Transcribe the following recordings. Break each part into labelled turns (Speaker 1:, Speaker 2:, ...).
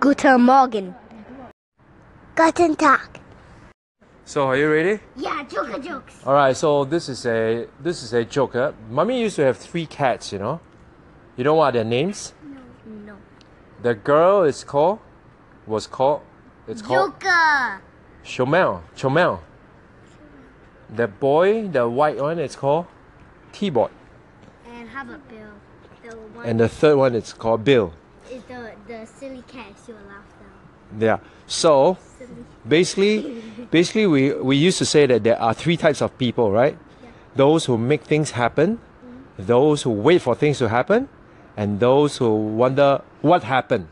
Speaker 1: Guten Morgen.
Speaker 2: Guten Tag.
Speaker 3: So are you ready?
Speaker 2: Yeah, Joker jokes.
Speaker 3: All right. So this is a this is a joker. Mummy used to have three cats. You know, you know what are their names?
Speaker 2: No.
Speaker 3: The girl is called was called it's called
Speaker 2: Joker.
Speaker 3: Chomel. Chomel. The boy, the white one, is called T-Boy,
Speaker 2: And how about Bill? The one
Speaker 3: and the third one is called Bill.
Speaker 2: is the the silly cat you laughed at.
Speaker 3: Yeah. So basically, basically we, we used to say that there are three types of people, right? Those who make things happen, those who wait for things to happen, and those who wonder what happened.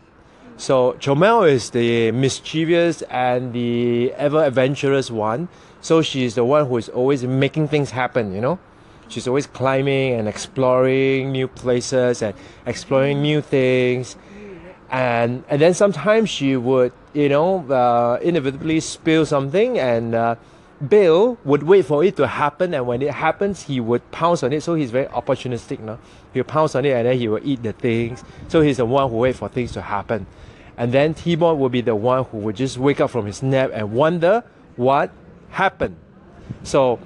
Speaker 3: So Chomel is the mischievous and the ever adventurous one. So she is the one who is always making things happen, you know? She's always climbing and exploring new places and exploring new things and and then sometimes she would you know uh, inevitably spill something and uh, Bill would wait for it to happen and when it happens he would pounce on it so he's very opportunistic no? he'll pounce on it and then he will eat the things so he's the one who wait for things to happen and then Timon would be the one who would just wake up from his nap and wonder what happened so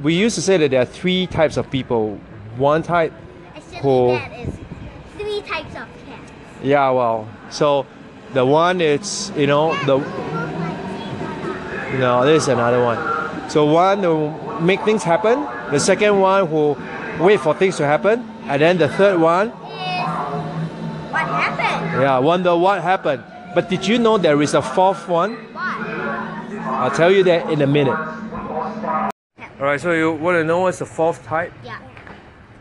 Speaker 3: we used to say that there are three types of people one type
Speaker 2: Actually,
Speaker 3: Who-
Speaker 2: that is three types of cats.
Speaker 3: yeah, well, so the one it's you know the no, this is another one. So one who make things happen, the second one who wait for things to happen, and then the third one,
Speaker 2: What happened?
Speaker 3: yeah, wonder what happened. But did you know there is a fourth one?
Speaker 2: What?
Speaker 3: I'll tell you that in a minute. All right, so you want to know what's the fourth type?
Speaker 2: Yeah.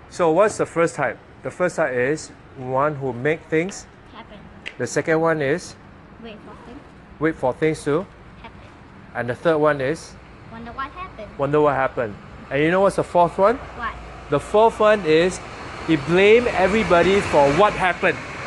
Speaker 3: So what's the first type? The first type is one who make things.
Speaker 2: Happened.
Speaker 3: The second one is
Speaker 2: Wait, nothing
Speaker 3: wait for things to,
Speaker 2: happened.
Speaker 3: and the third one is
Speaker 2: Wonder what happened.
Speaker 3: wonder what happened. And you know what's the fourth one?
Speaker 2: What?
Speaker 3: The fourth one is he blame everybody for what happened.